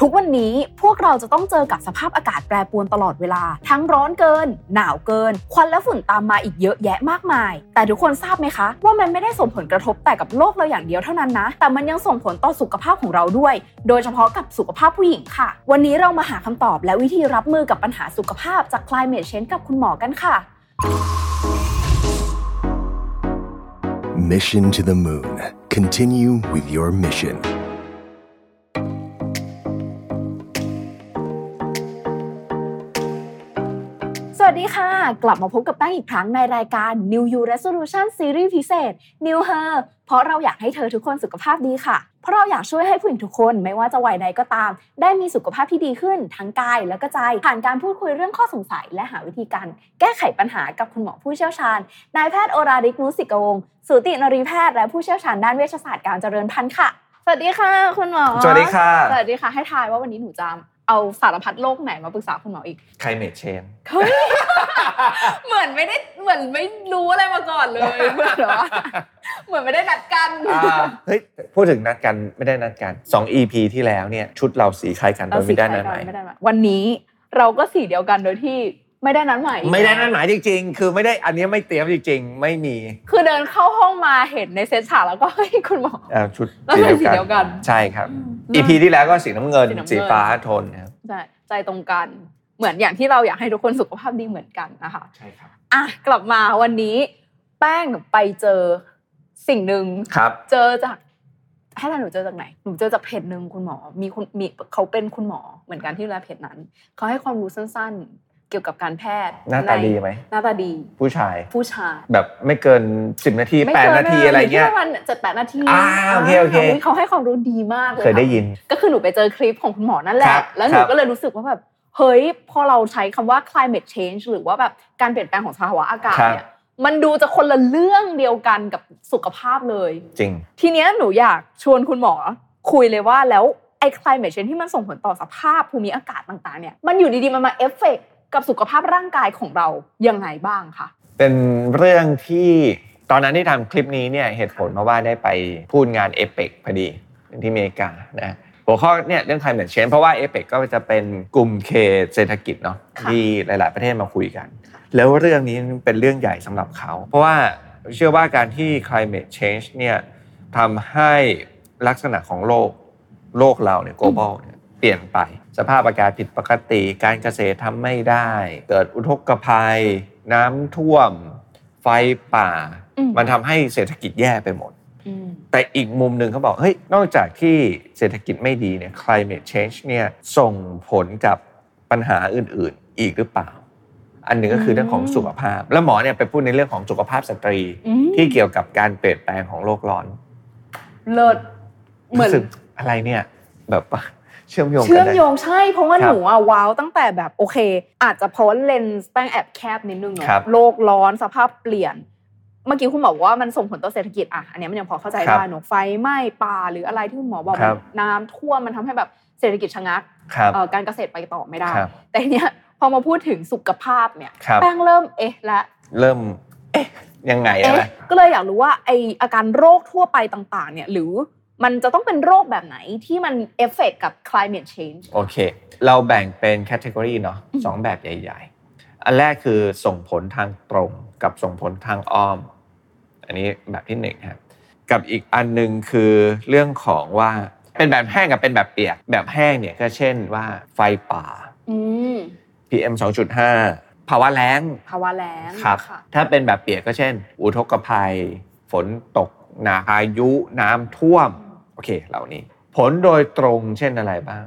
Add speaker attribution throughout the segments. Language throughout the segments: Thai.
Speaker 1: ทุกวันนี้พวกเราจะต้องเจอกับสภาพอากาศแปรปรวนตลอดเวลา ทั้งร้อนเกิน หนาวเกิน ควันและฝุ่นตามมาอีกเยอะแยะมากมาย แต่ทุกคนทราบไหมคะ ว่ามันไม่ได้ส่งผลกระทบแต่กับโลกเราอย่างเดียวเท่านั้นนะ แต่มันยังส่งผลต่อสุขภาพของเราด้วย โดยเฉพาะกับสุขภาพผู้หญิงค่ะ วันนี้เรามาหาคำตอบและวิธีรับมือกับปัญหาสุขภาพจาก Climate Change กับคุณหมอกันค่ะ
Speaker 2: Mission to the Moon. Continue with your mission.
Speaker 1: สวัสดีค่ะ กลับมาพบกับแป้งอีกครั้งในรายการ New You Resolution Series พิเศษ New Her เพราะเราอยากให้เธอทุกคนสุขภาพดีค่ะ เพราะเราอยากช่วยให้ผู้หญิงทุกคนไม่ว่าจะวัยใดก็ตาม ได้มีสุขภาพที่ดีขึ้น ทั้งกายและก็ใจ ผ่านการพูดคุยเรื่องข้อสงสัย และหาวิธีการแก้ไขปัญหากับคุณหมอผู้เชี่ยวชาญ นายแพทย์โอราริกนุสิกวงศ์สูตินรีแพทย์และผู้เชี่ยวชาญด้านเวชศาสตร์การเจริญพันธุ์ค่ะ สวัสดีค่ะ คุณหมอ
Speaker 3: สวัสดีค่ะ
Speaker 1: สวัสดีค่ะ ให้ทายว่าวันนี้หนูจะเอาสารพัดโรคไหนมาปรึกษาคุณหมออีก
Speaker 3: climate change
Speaker 1: เฮ้ย เหมือนไม่ได้เหมือนไม่รู้อะไรมาก่อนเลย เหมือนแบบว่าเหมือนไม่ได้นัดกัน
Speaker 3: เฮ้ย พูดถึงนัดกันไม่ได้นัดกัน 2 EP ที่แล้วเนี่ย ชุดเราสีคล้ายกันโด
Speaker 1: เรา
Speaker 3: ย
Speaker 1: สี
Speaker 3: ไม่ได้
Speaker 1: คล้า
Speaker 3: นั
Speaker 1: ย
Speaker 3: ด
Speaker 1: กั
Speaker 3: หมาน ย
Speaker 1: ไม่ได้นัดวันนี้เราก็สีเดียวกันโดยที่ไม่ได้นัดหมาย
Speaker 3: ไม่ได้นัดหมายจริง ๆ คือไม่ได้อันนี้ไม่เตรียมจริง ๆ ไม่มี
Speaker 1: คือเดินเข้าห้องมาเห็นในเซตฉากแล้วก็เฮ้ยคุณหมอ
Speaker 3: เอ่อชุด
Speaker 1: แล้ว
Speaker 3: สี
Speaker 1: ใส่สี
Speaker 3: เดี
Speaker 1: เดี
Speaker 3: ย
Speaker 1: ยว ว
Speaker 3: กัน
Speaker 1: กัน
Speaker 3: ใช่ครับ
Speaker 1: อืม
Speaker 3: EP ที่แล้วก็สีน้ำเงิน
Speaker 1: สีน้ำเงิน
Speaker 3: สีฟ้าโทนนะครับ
Speaker 1: ใช่ใจตรงกัน เหมือนอย่างที่เราอยากให้ทุกคนสุขภาพดีเหมือนกันนะคะ
Speaker 3: ใช่ครับ
Speaker 1: อ่ะกลับมาวันนี้ แป้งไปเจอสิ่งหนึ่ง
Speaker 3: ครับ
Speaker 1: เจอจากให้เราหนูเจอจากไหน หนูเจอจากเพจหนึ่งคุณหมอ มีคุณมีเขาเป็นคุณหมอเหมือนกันที่ดูแลเพจนั้น เขาให้ความรู้สั้นๆ เกี่ยวกับการแพทย์
Speaker 3: หน้าตา
Speaker 1: ใ
Speaker 3: ดีไหม
Speaker 1: หน้าตาดี
Speaker 3: ผู้ชาย
Speaker 1: ผู้ชาย
Speaker 3: แบบไม่เกิน 10 นาที
Speaker 1: ไม่
Speaker 3: 8 นาทีอะไรเงี้ย
Speaker 1: วันเจ็ดแปดนาที
Speaker 3: อ่าโอเคโอเค
Speaker 1: าเขาให้ความรู้ดีมากเลย
Speaker 3: เคยได้ยิน
Speaker 1: ก็คือหนูไปเจอคลิปของคุณหมอนั่นแห
Speaker 3: ค
Speaker 1: ละ
Speaker 3: รับ
Speaker 1: แล้วหนู
Speaker 3: ครับ
Speaker 1: ก็เลยรู้สึกว่าแบบเฮ้ยพอเราใช้คำว่า climate change หรือว่าแบบการเปลี่ยนแปลงของสภาวะอากาศ
Speaker 3: ครับ
Speaker 1: เนี่ยมันดูจะคนละเรื่องเดียวกันกับสุขภาพเลย
Speaker 3: จริง
Speaker 1: ทีเนี้ยหนูอยากชวนคุณหมอคุยเลยว่าแล้วไอ้ climate change ที่มันส่งผลต่อสภาพภูมิอากาศต่างๆเนี่ยมันอยู่ดีๆ มันมาเอฟเฟกต์กับสุขภาพร่างกายของเรายังไงบ้างคะ
Speaker 3: เป็นเรื่องที่ตอนนั้นที่ทำคลิปนี้เนี่ยเหตุผลเพราะว่าได้ไปพูดงานเอเปกพอดีที่อเมริกานะหัวข้อเนี่ยเรื่อง climate change เพราะว่าเอเปกก็จะเป็นกลุ่มเขตเศรษฐกิจเนาะ
Speaker 1: ค่ะ
Speaker 3: ที่หลาย ๆ ประเทศมาคุยกัน แล้วเรื่องนี้เป็นเรื่องใหญ่สำหรับเขา เพราะว่าเชื่อว่าการที่ climate change เนี่ยทำให้ลักษณะของโลกโลกเราเนี่ย global เนี่ยเปลี่ยนไป สภาพอากาศผิดปกติ การเกษตรทำไม่ได้ เกิดอุทกภัย น้ำท่วม ไฟป่า
Speaker 1: อืม
Speaker 3: มันทำให้เศรษฐกิจแย่ไปหมด
Speaker 1: อืม
Speaker 3: แต่อีกมุมหนึ่งเขาบอก เฮ้ย นอกจากที่เศรษฐกิจไม่ดีเนี่ย climate change เนี่ยส่งผลกับปัญหาอื่นๆ อีกหรือเปล่า อันหนึ่งก็คื
Speaker 1: อืม
Speaker 3: อเรื่องของสุขภาพ แล้วหมอเนี่ยไปพูดในเรื่องของสุขภาพสตรี ที่เกี่ยวกับการเปลี่ยนแปลงของโลกร้อน
Speaker 1: เลิศเหมือน
Speaker 3: รู้สึกอะไรเนี่ย แบบว่า เชื่อมโยง
Speaker 1: เชื่
Speaker 3: กั
Speaker 1: อน ม
Speaker 3: ได้
Speaker 1: โยงใช่เพราะว่า
Speaker 3: ครั
Speaker 1: ห
Speaker 3: บ
Speaker 1: นูอะว้าวตั้งแต่แบบโอเค อาจจะเพราะว่าเลนส์แป้งแอบแคบนิดนึงเนาะ
Speaker 3: ครับ
Speaker 1: โลกร้อนสภาพเปลี่ยน เมื่อกี้คุณหมอบอกว่ามันส่งผลต่อเศรษฐกิจอ่ะอันเนี้ยมันยังพอเข้าใจได้เนอะไฟไหม้ป่าหรืออะไรที่คุณหมอบอกมันน้ำท่วมมันทำให้แบบเศรษฐกิจชะงัก
Speaker 3: ครับ
Speaker 1: เอ่อการเกษตรไปต่อไม่ได้
Speaker 3: ครับ
Speaker 1: แต่เนี้ยพอมาพูดถึงสุขภาพเนี่ย
Speaker 3: ครับ
Speaker 1: แป้งเริ่มเอ๊ะและ
Speaker 3: เริ่ม เอ๊ะ ยังไงอะไร
Speaker 1: เอ๊ะก็เลยอยากรู้ว่าไออาการโรคทั่วไปต่างๆเนี่ยหรือมันจะต้องเป็นโรคแบบไหนที่มันเอฟเฟกกับ climate change
Speaker 3: โอเค เราแบ่งเป็นแคตตากรีเนาะ
Speaker 1: อืม
Speaker 3: สองแบบใหญ่ๆ อันแรกคือส่งผลทางตรงกับส่งผลทางอ้อม อันนี้แบบที่หนึ่งครับ กับอีกอันหนึ่งคือเรื่องของว่าเป็นแบบแห้งกับเป็นแบบเปียก แบบแห้งเนี่ยก็เช่นว่าไฟป่า
Speaker 1: อืม
Speaker 3: PM 2.5 ภาวะแล้ง
Speaker 1: ภาวะแล้ง
Speaker 3: ครับ
Speaker 1: ค่ะ
Speaker 3: ถ้าเป็นแบบเปียกก็เช่น อุทกภัย ฝนตกหนาพายุน้ำท่วม โอเค เหล่านี้ ผลโดยตรงเช่นอะไรบ้าง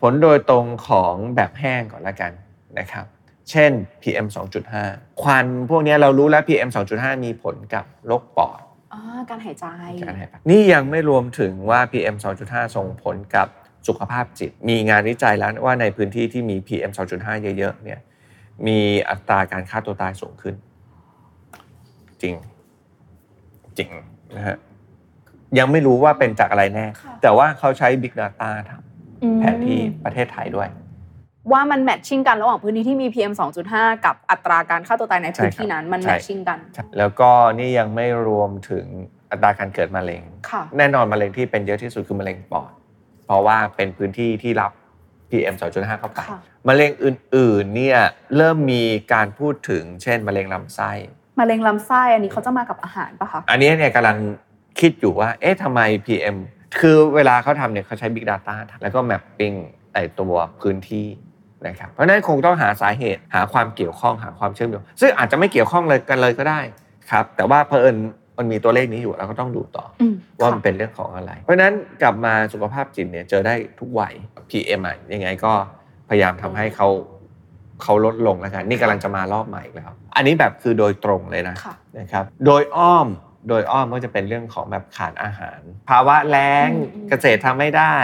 Speaker 3: ผลโดยตรงของแบบแห้งก่อนละกันนะครับ เช่น PM 2.5 ควันพวกเนี้ยเรารู้แล้ว PM 2.5 มีผลกับโรคปอด
Speaker 1: อ่าการหายใจ
Speaker 3: การหายใจนี่ยังไม่รวมถึงว่า PM 2.5 ส่งผลกับสุขภาพจิต มีงานวิจัยแล้วว่าในพื้นที่ที่มี PM 2.5 เยอะๆเนี่ยมีอัตราการฆ่าตัวตายสูงขึ้น จริง จริงนะฮะยังไม่รู้ว่าเป็นจากอะไรแน่
Speaker 1: ค่ะ
Speaker 3: แต่ว่าเขาใช้ Big Data ท
Speaker 1: อืม
Speaker 3: ำแผนที่ประเทศไทยด้วย
Speaker 1: ว่ามันแมทชิ่งกันระหว่างพื้นที่ที่มี PM 2.5 กับอัตราการฆ่าตัวตายในพื้น
Speaker 3: ใช่ครับ
Speaker 1: ที่นั้นมัน
Speaker 3: ใช่
Speaker 1: แมทชิ่งกัน
Speaker 3: แล้วก็นี่ยังไม่รวมถึงอัตราการเกิดมะเร็ง
Speaker 1: ค่ะ
Speaker 3: แน่นอนมะเร็งที่เป็นเยอะที่สุดคือมะเร็งปอด เพ ราะว่าเป็นพื้นที่ที่รับ PM 2.5 เข้าไป
Speaker 1: ค่ะ
Speaker 3: มะเร็งอื่นๆเนี่ยเริ่มมีการพูดถึงเช่นมะเร็งลำไส้
Speaker 1: มะเร็งลำไส้อันนี้เขาจะมากับอาหารปะคะ
Speaker 3: อันนี้เนี่ยกำลังคิดอยู่ว่า เอ๊ะทำไม PM คือเวลาเขาทำเนี่ยเขาใช้ Big Data ทำแล้วก็ Mapping ไอตัวพื้นที่นะครับ เพราะฉะนั้นคงต้องหาสาเหตุ หาความเกี่ยวข้องหาความเชื่อมโยง ซึ่งอาจจะไม่เกี่ยวข้องเลยกันเลยก็ได้ครับ แต่ว่าเผอิญมันมีตัวเลขนี้อยู่เราก็ต้องดูต่อ
Speaker 1: อืม
Speaker 3: ว่ามั
Speaker 1: ค่ะ
Speaker 3: นเป็นเรื่องของอะไร เพราะฉะนั้นกลับมาสุขภาพจิตเนี่ยเจอได้ทุกวัย PM อ่ะยังไงก็พยายามทำให้เขาเขาลดลงแล้วกันนี่กำลังจะมารอบใหม่อีกแล้ว อันนี้แบบคือโดยตรงเลยนะ
Speaker 1: ค่ะ
Speaker 3: นะครับโดยอ้อมโดยอ้อมก็จะเป็นเรื่องของแบบขาดอาหาร ภาวะแล้ง
Speaker 1: อืมอืม
Speaker 3: เกษตรทำไม่ได้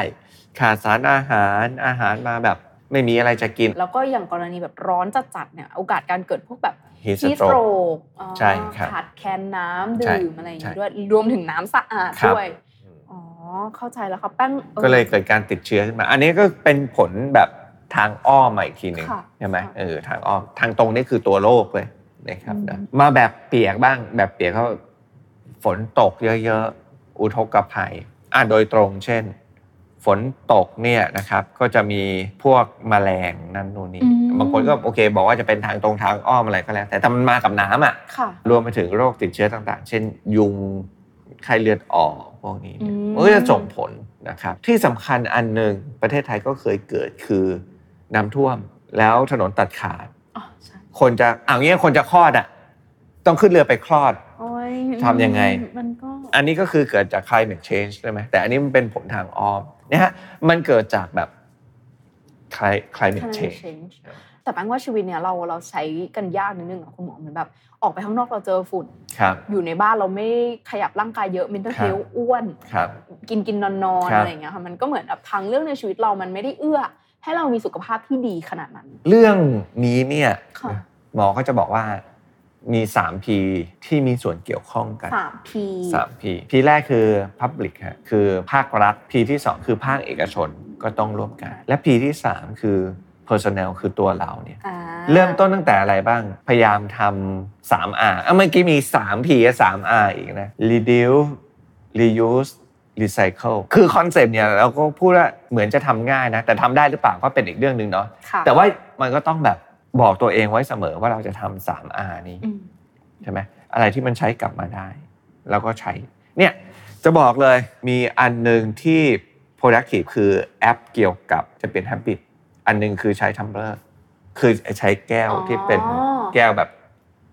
Speaker 3: ขาดสารอาหารอาหารมาแบบไม่มีอะไรจะกิน
Speaker 1: แล้วก็อย่างกรณีแบบร้อนจัดๆเนี่ยโอกาสการเกิดพวกแบบ
Speaker 3: Heat
Speaker 1: ฮีสโตรก
Speaker 3: stroke
Speaker 1: อ่า
Speaker 3: ใช่ครับ
Speaker 1: ขาดแคลนน้ำ
Speaker 3: ใช่
Speaker 1: ดื่มอะไรอย่างงี้
Speaker 3: ใช่
Speaker 1: ด้วยรวมถึงน้ำสะอาด
Speaker 3: ครับ
Speaker 1: ด้วย อ๋อ เข้าใจแล้วค่ะแป้งออ
Speaker 3: ก็เลยเกิดการติดเชื้อขึ้นมา อันนี้ก็เป็นผลแบบทางอ้อมมาอีกทีหนึ่ง
Speaker 1: ค่ะ
Speaker 3: ใช่ไหม
Speaker 1: ค่ะ
Speaker 3: เออทางอ้อมทางตรงนี่คือตัวโรคเลยนะครับ
Speaker 1: อืม
Speaker 3: นะมาแบบเปียกบ้าง แบบเปียกก็ฝนตกเยอะๆ อุทกภัยอ่ะโดยตรงเช่น ฝนตกเนี่ยนะครับ ก็จะมีพวกแมลงนั่นนู่นนี่
Speaker 1: อืม
Speaker 3: บางคนก็โอเค บอกว่าจะเป็นทางตรงทางอ้อมอะไรก็แล้ว แต่แต่มันมากับน้ำอ่ะ
Speaker 1: ค่ะ
Speaker 3: รวมไปถึงโรคติดเชื้อต่างๆ เช่น ยุง ไข้เลือดออกพวกนี้เนี่ย
Speaker 1: อืม
Speaker 3: มันก็จะส่งผลนะครับ ที่สำคัญอันหนึ่งประเทศไทยก็เคยเกิดคือน้ำท่วมแล้วถนนตัดขาด
Speaker 1: อ๋อใช่
Speaker 3: คนจะเอางี้คนจะคลอดอ่ะต้องขึ้นเรือไปคลอด
Speaker 1: โอ้ย
Speaker 3: ทำยังไง
Speaker 1: มันก็
Speaker 3: อันนี้ก็คือเกิดจาก climate change ใช่ไหมแต่อันนี้มันเป็นผลทางอ้อมนะฮะมันเกิดจากแบบ cli-
Speaker 1: ใช่
Speaker 3: climate change
Speaker 1: change แต่แป้งว่าชีวิตเนี่ยเราเราใช้กันยากนิดนึงอะคุณหมอเหมือนแบบ ออกไปข้างนอกเราเจอฝุ่น
Speaker 3: ครับ
Speaker 1: อยู่ในบ้านเราไม่ขยับร่างกายเยอะ mental
Speaker 3: ครับ
Speaker 1: health อ้วน
Speaker 3: ครับ
Speaker 1: กินกินนอนนอน
Speaker 3: ครับ
Speaker 1: อะไรอย่างเงี้ยค่ะมันก็เหมือนแบบทางเรื่องในชีวิตเรามันไม่ได้เอื้อ ให้เรามีสุขภาพที่ดีขนาดนั้น
Speaker 3: เรื่องนี้เนี่ย
Speaker 1: ค่ะ
Speaker 3: หมอก็จะบอกว่ามี 3P ที่มีส่วนเกี่ยวข้องกัน
Speaker 1: สามพี
Speaker 3: 3P P แรกคือ Public ฮะคือภาครัฐ P ที่ 2 คือภาคเอกชนก็ต้องร่วมกัน และ P ที่ 3 คือ personnel คือตัวเราเนี่ย
Speaker 1: อ่า
Speaker 3: เริ่มต้นตั้งแต่อะไรบ้าง พยายามทำ 3R อ่ะเมื่อกี้มี 3P และ 3R อีกนะ reduce reuse recycle คือคอนเซปต์เนี่ยเราก็พูดว่าเหมือนจะทำง่ายนะ แต่ทำได้หรือเปล่าก็เป็นอีกเรื่องหนึ่งเนาะ
Speaker 1: ค่ะ
Speaker 3: แต่ว่ามันก็ต้องแบบบอกตัวเองไว้เสมอว่าเราจะทำ 3R นี้
Speaker 1: อืม
Speaker 3: ใช่ไหมอะไรที่มันใช้กลับมาได้ แล้วก็ใช้ เนี่ยจะบอกเลยมีอันหนึ่งที่ productive คือแอปเกี่ยวกับจะเป็น habit อันหนึงคือใช้ tumbler คือใช้แก้วที่เป็น
Speaker 1: อ๋อ
Speaker 3: แก้วแบบ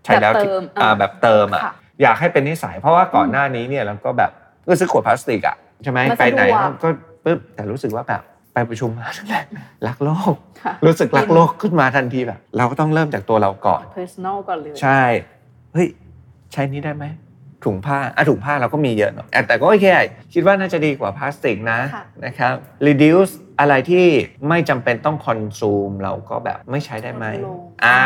Speaker 3: ใช้แล้ว
Speaker 1: แบบเติม
Speaker 3: อ่าแบบเติมอ่ะ
Speaker 1: ค่ะ
Speaker 3: อยากให้เป็นนิสัย เพราะว่าก่อนหน้านี้เนี่ยเราก็แบบก็ซื้อขวดพลาสติกอ่ะใช่ไหม
Speaker 1: มัน
Speaker 3: ไป
Speaker 1: สะดวก
Speaker 3: ไหนก็ปึ๊บแต่รู้สึกว่าแบบไปประชุมมาแล้วรักโลก
Speaker 1: ค่ะ
Speaker 3: รู้สึกรักโลกขึ้นมาทันทีแบบ เราก็ต้องเริ่มจากตัวเราก่อน
Speaker 1: personal ก่อนเลย
Speaker 3: ใช่ เฮ้ย ใช้นี้ได้ไหม ถุงผ้าอ่ะถุงผ้าเราก็มีเยอะเนอะอ่ะแต่ก็โอเค คิดว่าน่าจะดีกว่าพลาสติกนะ
Speaker 1: ค่ะ
Speaker 3: นะครับ reduce อะไรที่ไม่จำเป็นต้องคอนซูม เราก็แบบไม่ใช้ได้ไหม อ่า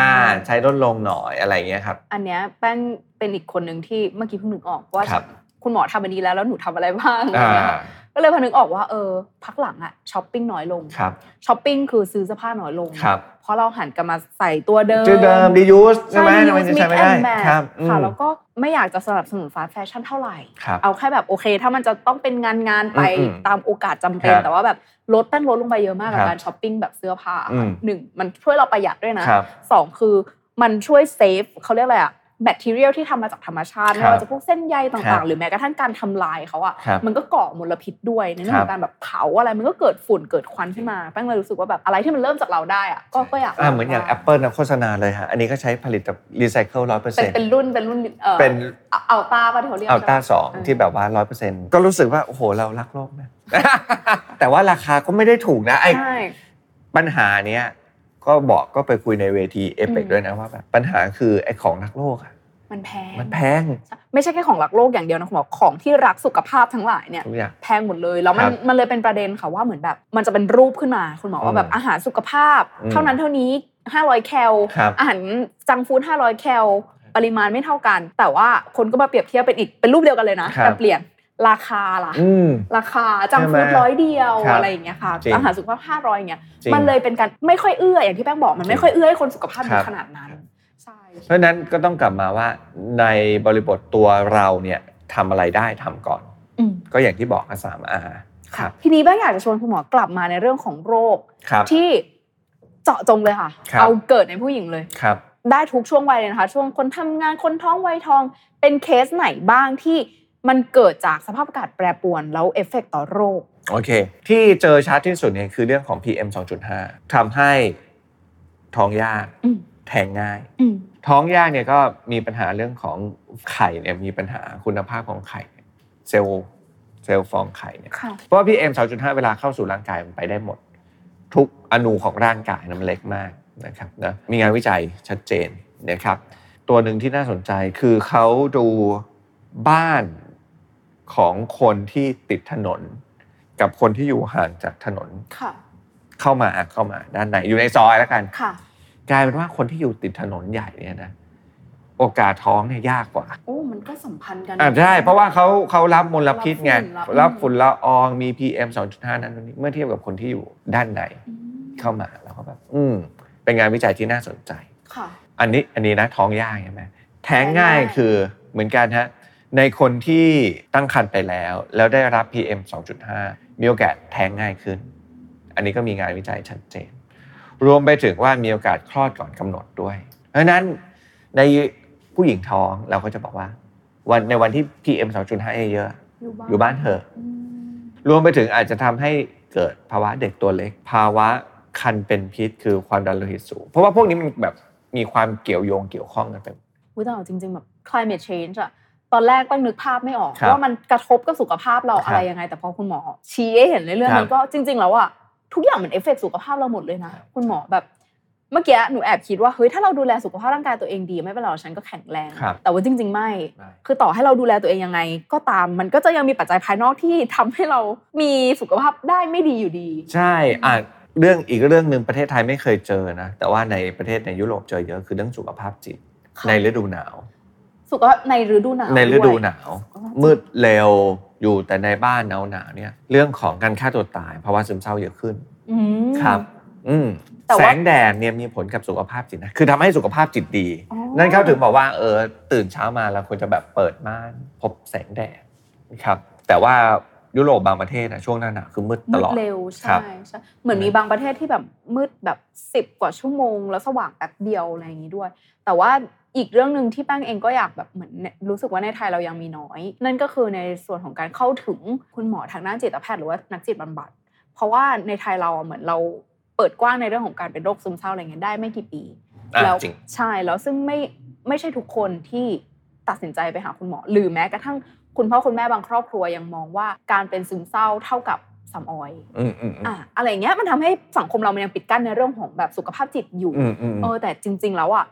Speaker 3: ใช้ลดลงหน่อยอะไรอย่างเงี้ยครับ
Speaker 1: อันเนี้ยแป้งเป็นอีกคนหนึ่งที่เมื่อกี้เพิ่งนึกออกว่า
Speaker 3: ครับ
Speaker 1: คุณหมอทำอันนี้แล้วแล้วหนูทำอะไรบ้างอะไร
Speaker 3: อ่า
Speaker 1: เงี้ยค่ะก็เลยพอนึกออกว่าเออพักหลังอะช้อปปิ้งน้อยลง
Speaker 3: ครับ
Speaker 1: ช้อปปิ้งคือซื้อเสื้อผ้าน้อยลง
Speaker 3: ครับ
Speaker 1: เพราะเราหันกลับมาใส่ตัวเดิม
Speaker 3: ชื่อเดิม reuse ใช่
Speaker 1: ใช่ไหม
Speaker 3: ไหมทำไมจะใช้ไม่ได้ครับอืม
Speaker 1: ค่ะแล้วก็ไม่อยากจะสนับสนุนฟาสต์แฟชั่นเท่าไหร่
Speaker 3: ครับ
Speaker 1: เอาแค่แบบโอเค ถ้ามันจะต้องเป็นงานงานๆไป
Speaker 3: อืมๆ
Speaker 1: ตามโอกาสจำเป็น
Speaker 3: ครับ
Speaker 1: แต่ว่าแบบลดแป้นลดลงไปเยอะมากกับ
Speaker 3: ครับ
Speaker 1: การช้อปปิ้งแบบเสื้อผ้า
Speaker 3: อืม
Speaker 1: หนึ่งมันช่วยเราประหยัดด้วยนะ
Speaker 3: ครับ
Speaker 1: สองคือมันช่วยเซฟเขาเรียกอะไรอะแบคทีเรียลที่ทำมาจากธรรมชาติ
Speaker 3: ครับ
Speaker 1: ไม่ว่าจะพวกเส้นใย
Speaker 3: ครั
Speaker 1: ต่าง
Speaker 3: บ
Speaker 1: ๆ หรือแม้กระทั่งการทำลายเขาอะ
Speaker 3: ครับ
Speaker 1: มันก็ก่อมลพิษด้วยในเรื่องข
Speaker 3: ค
Speaker 1: อ
Speaker 3: รั
Speaker 1: บ งการแบบเผาอะไรมันก็เกิดฝุ่นเกิดควันขึ้นมาแป้งเลยรู้สึกว่าแบบอะไรที่มันเริ่มจากเราได้อะก็ก็อยาก
Speaker 3: อ่าเหมือนอย่าง Apple นะโฆษณาเลยฮะอันนี้ก็ใช้ผลิตจาก recycle ร้อยเปอร์
Speaker 1: เป็
Speaker 3: เซ็
Speaker 1: น
Speaker 3: นต์
Speaker 1: เป็นรุ่นเป็นรุ่นเอ่อ
Speaker 3: เป็น
Speaker 1: อัลตาป่ะที่เขาเรียก
Speaker 3: อัลตรา
Speaker 1: ใช่ไหม
Speaker 3: สอง
Speaker 1: เออ
Speaker 3: ที่แบบว่าร้อยเปอร์เซ็นต์ก็รู้สึกว่า โอ้โห เรารักโลกนะ แต่ว่าราคาก็ไม่ได้ถูกนะไอ้
Speaker 1: ใช่
Speaker 3: ปัญหาเนี้ยก็บอกก็ไปคุยในเวทีเอเป
Speaker 1: อืม
Speaker 3: ด้วยนะว่าแบบปัญหาคือไอ้ของรักโลกอะ
Speaker 1: มันแพง
Speaker 3: มันแพง
Speaker 1: ไม่ใช่แค่ของรักโลกอย่างเดียวนะคุณหมอของที่รักสุขภาพทั้งหลายเนี่ย
Speaker 3: ทุกอย่าง
Speaker 1: แพงหมดเลยแล้วมัน
Speaker 3: ครับ
Speaker 1: มันเลยเป็นประเด็นค่ะว่าเหมือนแบบ มันจะเป็นรูปขึ้นมาคุณหมอ
Speaker 3: อืม
Speaker 1: ว่าแบบอาหารสุขภาพ
Speaker 3: อืม
Speaker 1: เท่านั้นเท่านี้ 500 แคล
Speaker 3: ครับ
Speaker 1: อาหารจังก์ฟู้ด500 แคลปริมาณไม่เท่ากัน แต่ว่าคนก็มาเปรียบเทียบเป็นอีกเป็นรูปเดียวกันเลยนะ
Speaker 3: ครับ
Speaker 1: แต่เปลี่ยนราคาล่ะ
Speaker 3: อืม
Speaker 1: ราคาจังก์ฟู้ด
Speaker 3: ใช่ไหม
Speaker 1: ร้อยเดียว
Speaker 3: ครับ
Speaker 1: อะไรอย่างเงี้ยค่ะ
Speaker 3: จริง
Speaker 1: อาหารสุขภาพ500อย่างเงี้ย
Speaker 3: จริง
Speaker 1: มันเลยเป็นการไม่ค่อยเอื้ออย่างที่แป้งบอกมันไม่ค่อยเอื้อให้คนสุขภาพดี
Speaker 3: ครับ
Speaker 1: ขนาดนั้น
Speaker 3: ครับ
Speaker 1: ใช่
Speaker 3: เพราะฉะนั้นก็ต้องกลับมาว่าในบริบทตัวเราเนี่ยทำอะไรได้ทำก่อน
Speaker 1: อืม
Speaker 3: ก็อย่างที่บอกอะสามอา ครับ
Speaker 1: ทีนี้แป้งอยากจะชวนคุณหมอกลับมาในเรื่องของโรค
Speaker 3: ครับ
Speaker 1: ที่เจาะจงเลยค่ะ
Speaker 3: ครับ
Speaker 1: เอาเกิดในผู้หญิงเลย
Speaker 3: ครับ
Speaker 1: ได้ทุกช่วงวัยเลยนะคะ ช่วงคนทำงานคนท้องวัยทอง เป็นเคสไหนบ้างที่มันเกิดจากสภาพอากาศแปรปรวน แล้วเอฟเฟกต์ต่อโรค
Speaker 3: โอเค ที่เจอชัดที่สุดเนี่ยคือเรื่องของ PM 2.5ทำให้ท้องยาก
Speaker 1: อืม
Speaker 3: แทงง่าย
Speaker 1: อืม
Speaker 3: ท้องยากเนี่ยก็มีปัญหาเรื่องของไข่เนี่ยมีปัญหาคุณภาพของไข่เนี่ยเซลล์เซลล์ฟองไข่เนี่ย
Speaker 1: ค่ะ
Speaker 3: เพราะว่าพีเอ็มสจุดห้าเวลาเข้าสู่ร่างกายมันไปได้หมด ทุกอนูของร่างกายนะมันเล็กมากนะครับนะมีงานวิจัยชัดเจนนะครับ ตัวหนึ่งที่น่าสนใจคือเขาดูบ้านของคนที่ติดถนน กับคนที่อยู่ห่างจากถนน
Speaker 1: ค่ะ
Speaker 3: เข้ามาเข้ามาด้านในอยู่ในซอยแล้วกัน
Speaker 1: ค่ะ
Speaker 3: กลายเป็นว่าคนที่อยู่ติดถนนใหญ่เนี่ยนะโอกาสท้องเนี่ยยากกว่า
Speaker 1: โอ้ มันก็สัมพันธ์กัน
Speaker 3: อ่าใช่เพราะว่าเขาเขารับมลพิษไง
Speaker 1: รับฝุ่นละ
Speaker 3: รับฝุ่นละอองมี PM 2.5 นั้นตรงนี้เมื่อเทียบกับคนที่อยู่ด้านใน
Speaker 1: อืม
Speaker 3: เข้ามาแล้วก็แบบอืมเป็นงานวิจัยที่น่าสนใจ
Speaker 1: ค่ะ
Speaker 3: อันนี้อันนี้นะท้องยากใช่ไหมแท้งง่าย
Speaker 1: แท้งง่าย
Speaker 3: คือเหมือนกันฮะในคนที่ตั้งครรภ์ไปแล้ว แล้วได้รับ PM 2.5 มีโอกาสแท้งง่ายขึ้น อันนี้ก็มีงานวิจัยชัดเจน รวมไปถึงว่ามีโอกาสคลอดก่อนกำหนดด้วย เพราะฉะนั้นในผู้หญิงท้องเราก็จะบอกว่า วันในวันที่ PM 2.5 เยอะ
Speaker 1: อยู่บ้าน
Speaker 3: ๆอยู่บ้านเถอะ
Speaker 1: อืม
Speaker 3: รวมไปถึงอาจจะทำให้เกิดภาวะเด็กตัวเล็ก ภาวะคันเป็นพิษคือความดันโลหิตสูง เพราะว่าพวกนี้มันแบบมีความเกี่ยวโยงเกี่ยวข้องกันไป
Speaker 1: อุ๊ยแต่เอาจริง ๆ แบบ climate change อะตอนแรกแป้งนึกภาพไม่ออก
Speaker 3: ครับ
Speaker 1: ว่ามันกระทบกับสุขภาพเรา
Speaker 3: ครับ
Speaker 1: อะไรยังไง แต่พอคุณหมอ ชี้ให้เห็นเรื่อย
Speaker 3: ค
Speaker 1: ๆ
Speaker 3: รับ
Speaker 1: มันก็จริง ๆ แล้วอะทุกอย่างมันเอฟเฟกสุขภาพเราหมดเลยนะ คุณหมอแบบ เมื่อกี้หนูแอบคิดว่าเฮ้ยถ้าเราดูแลสุขภาพร่างกายตัวเองดีไม่เป็นไรหรอกฉันก็แข็งแรง
Speaker 3: ครับ
Speaker 1: แต่ว่าจริง ๆ ไม่ คือต่อให้เราดูแลตัวเองยังไง ก็ตามมันก็จะยังมีปัจจัยภายนอกที่ทำให้เรามีสุขภาพได้ไม่ดีอยู่ดี
Speaker 3: ใช่อ่ะเรื่องอีกเรื่องหนึ่งประเทศไทยไม่เคยเจอนะ แต่ว่าในประเทศในยุโรปเจอเยอะคือเรื่องสุขภาพจิต
Speaker 1: ค่ะ
Speaker 3: ในฤดูหนาว
Speaker 1: สุขภาพในฤดูหนาว
Speaker 3: ในฤดูห
Speaker 1: วย
Speaker 3: นาว
Speaker 1: สุขภาพจิต
Speaker 3: มืดเร็วอยู่แต่ในบ้านหนาวหนาวๆเนี่ยเรื่องของการฆ่าตัวตายภาวะซึมเศร้าเยอะขึ้น
Speaker 1: อืม
Speaker 3: ครับ อืม
Speaker 1: แต่ว่า
Speaker 3: แสงแดดเนี่ยมีผลกับสุขภาพจิตนะ คือทำให้สุขภาพจิตดี
Speaker 1: อ๋อ
Speaker 3: นั่นเขาถึงบอกว่าเออตื่นเช้ามาเราควรจะแบบเปิดม่านพบแสงแดดนะครับ แต่ว่ายุโรปบางประเทศนะช่วงหน้าหนาวคือมืดต
Speaker 1: มื
Speaker 3: ล
Speaker 1: ด
Speaker 3: อด
Speaker 1: เร็วใช่
Speaker 3: ครับ
Speaker 1: ใช่เหมือน
Speaker 3: อืม
Speaker 1: มีบางประเทศที่แบบมืดแบบสิบ10 กว่าชั่วโมง แล้วสว่างแป๊บเดียวอะไรอย่างนี้ด้วย แต่ว่าอีกเรื่องหนึ่งที่แป้งเองก็อยากแบบเหมือนเนี่ยรู้สึกว่าในไทยเรายังมีน้อย นั่นก็คือในส่วนของการเข้าถึงคุณหมอทางด้านจิตแพทย์หรือว่านักจิตบำบัด เพราะว่าในไทยเราอะเหมือนเราเปิดกว้างในเรื่องของการเป็นโรคซึมเศร้าอะไรเงี้ยได้ไม่กี่ปี
Speaker 3: อ่ะ
Speaker 1: แล้ว
Speaker 3: จริง
Speaker 1: ใช่แล้วซึ่งไม่ไม่ใช่ทุกคนที่ตัดสินใจไปหาคุณหมอ หรือแม้กระทั่งคุณพ่อคุณแม่บางครอบครัวยังมองว่าการเป็นซึมเศร้าเท่ากับสำออย
Speaker 3: อืมอืมอืม
Speaker 1: อ่ะอะไรอย่างเงี้ยมันทำให้สังคมเรามันยังปิดกั้นในเรื่องของแบบสุขภาพจิตอยู่
Speaker 3: อืมอืม
Speaker 1: เออแต่จริง ๆ แล้วอ่ะ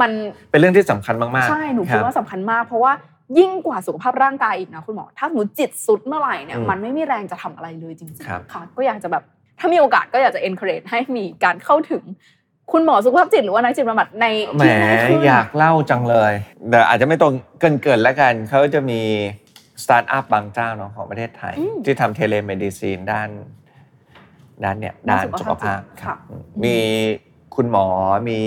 Speaker 1: มัน
Speaker 3: เป็นเรื่องที่สำคัญมากๆ
Speaker 1: ใช่หนูคิดว่า
Speaker 3: รับ
Speaker 1: สำคัญมาก เพราะว่ายิ่งกว่าสุขภาพร่างกายอีกนะคุณหมอ ถ้าสมมติจิตสุดเมื่อไหร่เนี่ย
Speaker 3: อืม
Speaker 1: มันไม่มีแรงจะทำอะไรเลยจริง
Speaker 3: ครับ
Speaker 1: ๆค่ะก็อยากจะแบบถ้ามีโอกาสก็อยากจะ encourage ให้มีการเข้าถึงคุณหมอสุขภาพจิตหรือว่านักจิตบำบัดใน
Speaker 3: แหม
Speaker 1: ที่ง่ายขึ้น
Speaker 3: อยากเล่าจังเลยแต่อาจจะไม่ตรงเกินเกินๆแล้วกันเขาจะมีสตาร์ทอัพบางเจ้าเนาะของประเทศไทย
Speaker 1: อืม
Speaker 3: ที่ทำเทเลเมดิซีนด้านด้านเนี่ย
Speaker 1: ด้าสุ
Speaker 3: ด้าน นสุ
Speaker 1: ข
Speaker 3: ข
Speaker 1: ภา
Speaker 3: ภา
Speaker 1: พ
Speaker 3: พ
Speaker 1: ค่ะ
Speaker 3: อืม
Speaker 1: อืม
Speaker 3: มีคุณหมอมี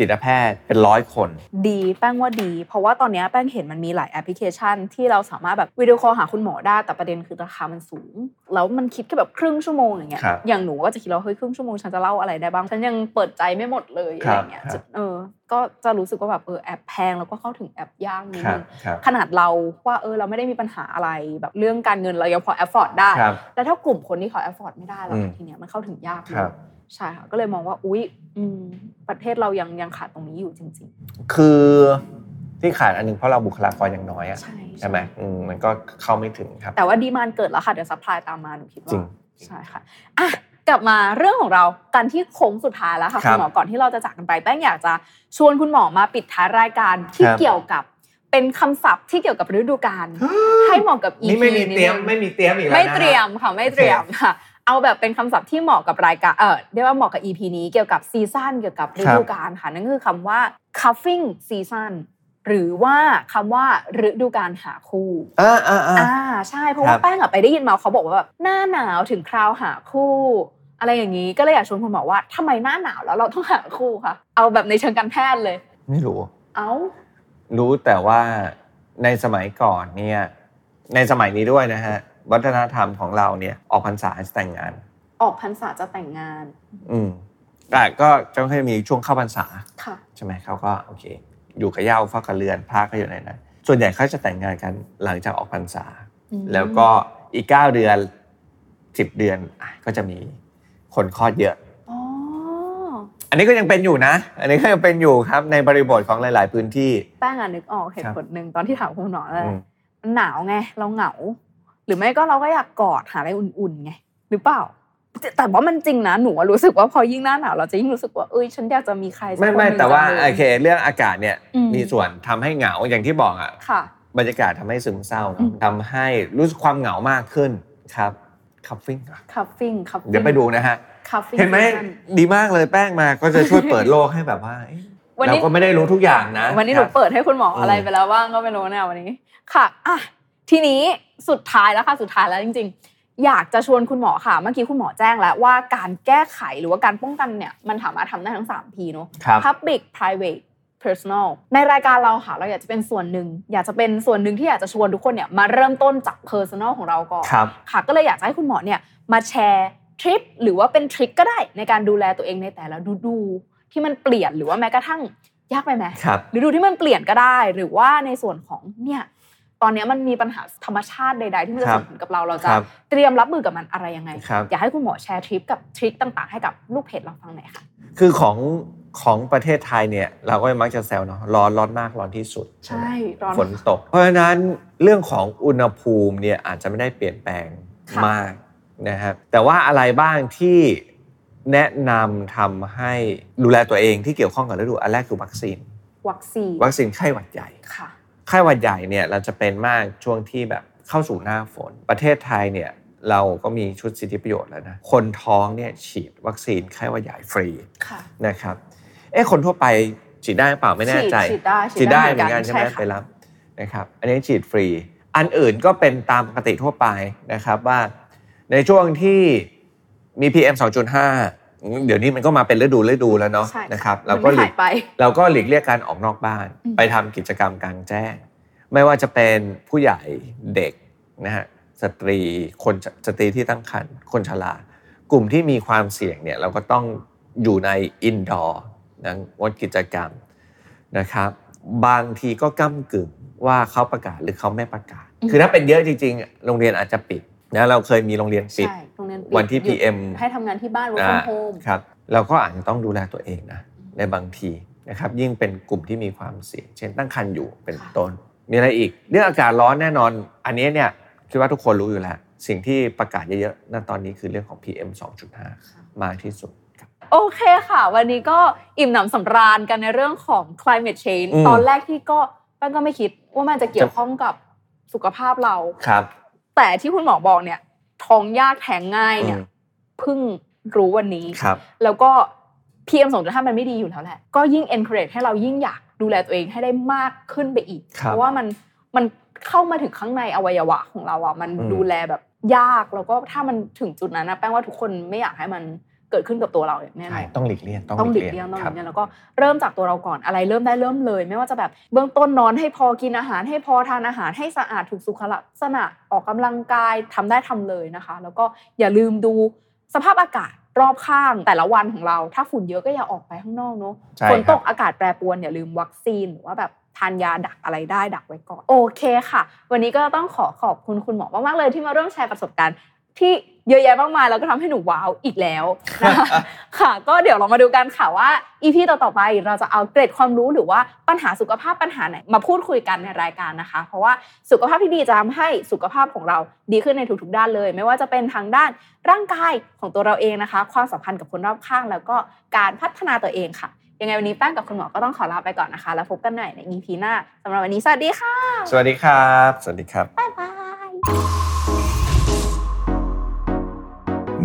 Speaker 3: จิตแพทย์เป็นร้อยคน
Speaker 1: ดีแป้งว่าดี เพราะว่าตอนเนี้ยแป้งเห็นมันมีหลายแอปพลิเคชัน ที่เราสามารถแบบวิดีโอคอลหาคุณหมอได้แต่ประเด็นคือราคามันสูง แล้วมันคิดแค่แบบครึ่งชั่วโมงอย่างเงี้ย
Speaker 3: ครับ
Speaker 1: อย่างหนูก็จะคิดว่าเฮ้ยครึ่งชั่วโมงฉันจะเล่าอะไรได้บ้าง ฉันยังเปิดใจไม่หมดเลยอะ
Speaker 3: ครั
Speaker 1: ไร
Speaker 3: บ
Speaker 1: เงี้ย
Speaker 3: ครับ
Speaker 1: จะเออก็จะรู้สึกว่าแบบเออแอปแพงแล้วก็เข้าถึงแอปยากนิด
Speaker 3: ครั
Speaker 1: นึ
Speaker 3: บ
Speaker 1: ง
Speaker 3: ครับ
Speaker 1: ขนาดเราว่าเออเราไม่ได้มีปัญหาอะไรแบบเรื่องการเงินเรายังพอแอฟฟอร์ดได้
Speaker 3: ครับ
Speaker 1: แต่ถ้ากลุ่มคนที่เขาแอฟฟอร์ดไม่ได้แล้ว
Speaker 3: อืม
Speaker 1: ทีเนี้ยมันเข้าถึงยากเล
Speaker 3: ค
Speaker 1: ย
Speaker 3: รับ
Speaker 1: ใช่ค่ะก็เลยมองว่าอุ๊ยอืมประเทศเรายังยังขาดตรงนี้อยู่จริง
Speaker 3: คือที่ขาดอันหนึงเพราะเราบุคลากรยังน้อยอะ
Speaker 1: ๆ ใช่
Speaker 3: ใช่ไหมอืมมันก็เข้าไม่ถึงครับ
Speaker 1: แต่ว่าดีมานเกิดแล้วค่ะ เดี๋ยวซัพพลายตามมาหนูคิด
Speaker 3: จริ
Speaker 1: ว่า
Speaker 3: ง
Speaker 1: ใช่ค่ะอ่ะ กลับมาเรื่องของเรากันที่โค้งสุดท้ายแล้วค่ะ
Speaker 3: ครั
Speaker 1: คุ
Speaker 3: บ
Speaker 1: ณหมอก่อนที่เราจะจากกันไปแป้งอยากจะชวนคุณหมอมาปิดท้ายรายการที่
Speaker 3: ครับ
Speaker 1: เกี่ยวกับเป็นคำศัพท์ที่เกี่ยวกับฤดูกา ลให้เหมาะกับ EP
Speaker 3: นี่ไม่มีเตรียม
Speaker 1: นิดนึง
Speaker 3: ไม่มีเตรียมอีกแล้ว
Speaker 1: ไม่
Speaker 3: นะ
Speaker 1: เตรียมค่ะไม่เตรียมค่ะ เอาแบบเป็นคำศัพท์ที่เหมาะกับรายการเออเรียกว่าเหมาะกับ EP นี้เกี่ยวกับซีซั่นเกี่ยวกับฤดูกาลค่ะ นั่นคือคำว่า cuffing season หรือว่าคำว่าฤดูกาลหาคู่
Speaker 3: อ่าอ่าอ่า
Speaker 1: อ่าใช่เพราะ
Speaker 3: ครั
Speaker 1: ว่า
Speaker 3: บ
Speaker 1: แป้งอะไปได้ยินมาเขาบอกว่าแบบหน้าหนาวถึงคราวหาคู่ อะไรอย่างนี้ก็เลยอยากชวนคุณหมอว่าทำไมหน้าหนาวแล้วเราต้องหาคู่คะเอาแบบในเชิงการแพทย์เลย
Speaker 3: ไม่รู้
Speaker 1: เอา
Speaker 3: รู้แต่ว่าในสมัยก่อนเนี่ยในสมัยนี้ด้วยนะฮะ วัฒนธรรมของเราเนี่ยออกพรรษาจะแต่งงาน
Speaker 1: ออกพรรษาจะแต่งงาน
Speaker 3: อืมแต่ก็จะให้มีช่วงเข้าพรรษา
Speaker 1: ค่ะ
Speaker 3: ใช่ไหมเขาก็โอเค อยู่กับเหย่าฟักกับเรือนพระก็อยู่ในนั้นส่วนใหญ่เขาจะแต่งงานกันหลังจากออกพรรษา แล้วก็อีก 9 เดือน 10 เดือนอ่ะก็จะมีคนคลอดเยอะ
Speaker 1: อ๋อ
Speaker 3: อันนี้ก็ยังเป็นอยู่นะ อันนี้ก็ยังเป็นอยู่ครับในบริบทของหลาย ๆ พื้นที่
Speaker 1: แป้งอ่ะนึกออกเห
Speaker 3: ค
Speaker 1: ตุ
Speaker 3: รับ
Speaker 1: ผลหนึ่งตอนที่ถามคุณหมอเลย
Speaker 3: อืม
Speaker 1: มันหนาวไง เราเหงา หรือไม่ก็เราก็อยากกอดหาอะไรอุ่นๆไง หรือเปล่า แต่แต่ว่ามันจริงนะ หนูอะรู้สึกว่าพอยิ่งหน้าหนาวเราจะยิ่งรู้สึกว่าเอ้ยฉันอยากจะมีใครสัก
Speaker 3: ไม่
Speaker 1: คนห
Speaker 3: ไม่
Speaker 1: นึ่ง
Speaker 3: แต่ว่า
Speaker 1: จังเลย
Speaker 3: โอเคเรื่องอากาศเนี่ย
Speaker 1: อืม
Speaker 3: มีส่วนทำให้เหงาอย่างที่บอกอ่ะ
Speaker 1: ค่ะ
Speaker 3: บรรยากาศทำให้ซึมเศร้าเน
Speaker 1: อื
Speaker 3: อะ
Speaker 1: ม
Speaker 3: ทำให้รู้สึกความเหงามากขึ้นครับคัฟฟิ้ง
Speaker 1: คัฟฟิ้งคัฟฟิ้ง
Speaker 3: เดี๋ยวไปดูนะฮะ
Speaker 1: คัฟฟิ้ง
Speaker 3: เห็นไหมดีมากเลยแป้งมาก็จะช่วยเปิดโลกให้แบบว่าเอ๊ะ
Speaker 1: วัน
Speaker 3: เรา
Speaker 1: นี้
Speaker 3: ก็ไม่ได้รู้ทุกอย่างนะ
Speaker 1: วันนี้หนู
Speaker 3: ครับ
Speaker 1: เปิดให้คุณหมอ
Speaker 3: อืม
Speaker 1: อะไรไปแล้วบ้างก็ไม่รู้นะวันนี้ค่ะอ่ะทีนี้สุดท้ายแล้วค่ะสุดท้ายแล้วจริง ๆ อยากจะชวนคุณหมอค่ะ เมื่อกี้คุณหมอแจ้งแล้วว่าการแก้ไขหรือว่าการป้องกันเนี่ยมันสามารถทำได้ทั้ง 3 P เนอะ
Speaker 3: ครับ
Speaker 1: Public Private Personal ในรายการเราค่ะ เราอยากจะเป็นส่วนหนึ่ง อยากจะเป็นส่วนหนึ่งที่อยากจะชวนทุกคนเนี่ยมาเริ่มต้นจาก Personal ของเราก่อน
Speaker 3: ครับ
Speaker 1: ค่ะก็เลยอยากจะให้คุณหมอเนี่ยมาแชร์ทริปหรือว่าเป็นทริคก็ได้ในการดูแลตัวเองในแต่ละฤดูที่มันเปลี่ยนหรือว่าแม้กระทั่งยากไปไหม
Speaker 3: ครับ
Speaker 1: ฤดูที่มันเปลี่ยนก็ได้ หรือว่าในส่วนของเนี่ยตอนเนี้ยมันมีปัญหาธรรมชาติใด ๆ ที่มันจะ
Speaker 3: ครับ
Speaker 1: ส่งผลกับเราเรา
Speaker 3: ค
Speaker 1: จะ
Speaker 3: รับ
Speaker 1: เตรียมรับมือกับมันอะไรยังไง
Speaker 3: ครับ
Speaker 1: อยากให้คุณหมอแชร์ทริปกับทริคต่างๆ ให้กับลูกเพจเราฟังหน่อยค่ะ
Speaker 3: คือของของประเทศไทยเนี่ยเราก็มักจะแซวเนาะร้อนร้อนมากร้อนที่สุด
Speaker 1: ใช่
Speaker 3: ไหม
Speaker 1: ร้อน
Speaker 3: ฝนตก เพราะฉะนั้นเรื่องของอุณหภูมิเนี่ยอาจจะไม่ได้เปลี่ยนแปลง
Speaker 1: ค่ะ
Speaker 3: มากนะครับแต่ว่าอะไรบ้างที่แนะนำทำให้ดูแลตัวเองที่เกี่ยวข้องกับฤดูอันแรกคือวัคซีน
Speaker 1: วัคซีน
Speaker 3: วัคซีนไข้หวัดใหญ่
Speaker 1: ค่ะ
Speaker 3: ไข้หวัดใหญ่เนี่ยเราจะเป็นมากช่วงที่แบบเข้าสู่หน้าฝน ประเทศไทยเนี่ยเราก็มีชุดสิทธิประโยชน์แล้วนะคนท้องเนี่ยฉีดวัคซีนไข้หวัดใหญ่ฟรี
Speaker 1: ค่ะ
Speaker 3: นะครับ เอ๊ะคนทั่วไปฉีดได้หรือเปล่าไม่แน่ใจ
Speaker 1: ฉีดได้
Speaker 3: ฉีดได้เหมือนกันใช่ไหมไป
Speaker 1: ค่ะ
Speaker 3: รับนะครับ อันนี้ฉีดฟรี อันอื่นก็เป็นตามปกติทั่วไปนะครับว่าในช่วงที่มี PM 2.5 เดี๋ยวนี้มันก็มาเป็นฤดูฤดูแล้วเนาะ
Speaker 1: ใช่
Speaker 3: นะครับ
Speaker 1: มัน
Speaker 3: เราก็ห
Speaker 1: ไม่
Speaker 3: ลี
Speaker 1: หาย
Speaker 3: ก
Speaker 1: ไป
Speaker 3: เราก็หลีกเลี่ยงการออกนอกบ้าน
Speaker 1: อืม
Speaker 3: ไปทำกิจกรรมกลางแจ้ง ไม่ว่าจะเป็นผู้ใหญ่เด็กนะฮะสตรีคนสตรีที่ตั้งครรภ์คนชรากลุ่มที่มีความเสี่ยงเนี่ยเราก็ต้องอยู่ในอินดอร์นะงดกิจกรรมนะครับบางทีก็ก้ากึ่งว่าเขาประกาศหรือเขาไม่ประกาศ
Speaker 1: อืม
Speaker 3: คือถ้าเป็นเยอะจริงๆ โรงเรียนอาจจะปิดนะเราเคยมีโรงเรียนปิด
Speaker 1: ใช่โรงเรียปิด
Speaker 3: วันที่
Speaker 1: หยุด
Speaker 3: PM
Speaker 1: ให้ทำงานที่บ้าน work
Speaker 3: อ่า
Speaker 1: from home
Speaker 3: ครับเราก็อาจจะต้องดูแลตัวเองนะในบางทีนะครับยิ่งเป็นกลุ่มที่มีความเสี่ยง เช่นตั้งครรภ์อยู่เป็น
Speaker 1: ค่ะ
Speaker 3: ต้น มีอะไรอีก เรื่องอากาศร้อนแน่นอน อันนี้เนี่ยคิดว่าทุกคนรู้อยู่แล้ว สิ่งที่ประกาศเยอะๆณตอนนี้คือเรื่องของ PM 2.5 มากที่สุด
Speaker 1: โอเคค่ะ วันนี้ก็อิ่มหนำสำราญกันในเรื่องของ climate change
Speaker 3: อืม
Speaker 1: ตอนแรกที่ก็แป้งก็ไม่คิดว่ามันจะเกี่ยว
Speaker 3: จะ
Speaker 1: ข้องกับสุขภาพเรา
Speaker 3: ครับ
Speaker 1: แต่ที่คุณหมอบอกเนี่ยท้องยากแท้งง่ายเนี่ย
Speaker 3: อืม
Speaker 1: เพิ่งรู้วันนี้
Speaker 3: ครับ
Speaker 1: แล้วก็ PM 2.5มันไม่ดีอยู่แล้วแหละ ก็ยิ่ง encourage ให้เรายิ่งอยากดูแลตัวเองให้ได้มากขึ้นไปอีก
Speaker 3: ครับ
Speaker 1: เพราะว่ามันมันเข้ามาถึงข้างในอวัยวะของเราอ่ะมัน
Speaker 3: อืม
Speaker 1: ดูแลแบบยากแล้วก็ถ้ามันถึงจุดนั้นนะแป้งว่าทุกคนไม่อยากให้มันเกิดขึ้นกับตัวเราอย่างแน่น
Speaker 3: ใช่
Speaker 1: อน
Speaker 3: ต้องหลีกเลี่ยง
Speaker 1: ต้องหลีก
Speaker 3: ย
Speaker 1: เลี่ยงต้องห
Speaker 3: ค
Speaker 1: ลี
Speaker 3: รับ
Speaker 1: กเลี่ยงแล้วก็เริ่มจากตัวเราก่อนอะไรเริ่มได้เริ่มเลย ไม่ว่าจะแบบเบื้องต้นนอนให้พอกินอาหาร ให้พอทานอาหารให้สะอาดถูกสุขลักษณะออกกำลังกายทำได้ทำเลยนะคะ แล้วก็อย่าลืมดูสภาพอากาศรอบข้างแต่ละวันของเรา ถ้าฝุ่นเยอะก็อย่าออกไปข้างนอกเนาะ
Speaker 3: ใช่ครับ
Speaker 1: ฝนตกอากาศแปรปรวนอย่าลืมวัคซีนหรือว่าแบบทานยาดักอะไรได้ดักไว้ก่อนโอเคค่ะ วันนี้ก็ต้องขอขอบคุณคุณหมอมากๆเลยที่มาร่วมแชร์ประสบการณ์ ที่เยอะแยะมากมายแล้วก็ทำให้หนูว้าวอีกแล้วนะคะ ค่ะ ก็เดี๋ยวเรามาดูกันค่ะว่า EP ต่อๆไปเราจะเอาเกร็ดความรู้หรือว่าปัญหาสุขภาพปัญหาไหนมาพูดคุยกันในรายการนะคะ เพราะว่าสุขภาพที่ดีจะทำให้สุขภาพของเราดีขึ้นในทุกๆด้านเลย ไม่ว่าจะเป็นทางด้านร่างกายของตัวเราเองนะคะ ความสัมพันธ์กับคนรอบข้าง แล้วก็การพัฒนาตัวเองค่ะ ยังไงวันนี้แป้งกับคุณหมอก็ต้องขอลาไปก่อนนะคะ แล้วพบกันใหม่ใน EP หน้าสำหรับวันนี้สวัสดีค่ะ
Speaker 3: สวัสดีครับ สวัสดีครับ
Speaker 1: บ๊ายบาย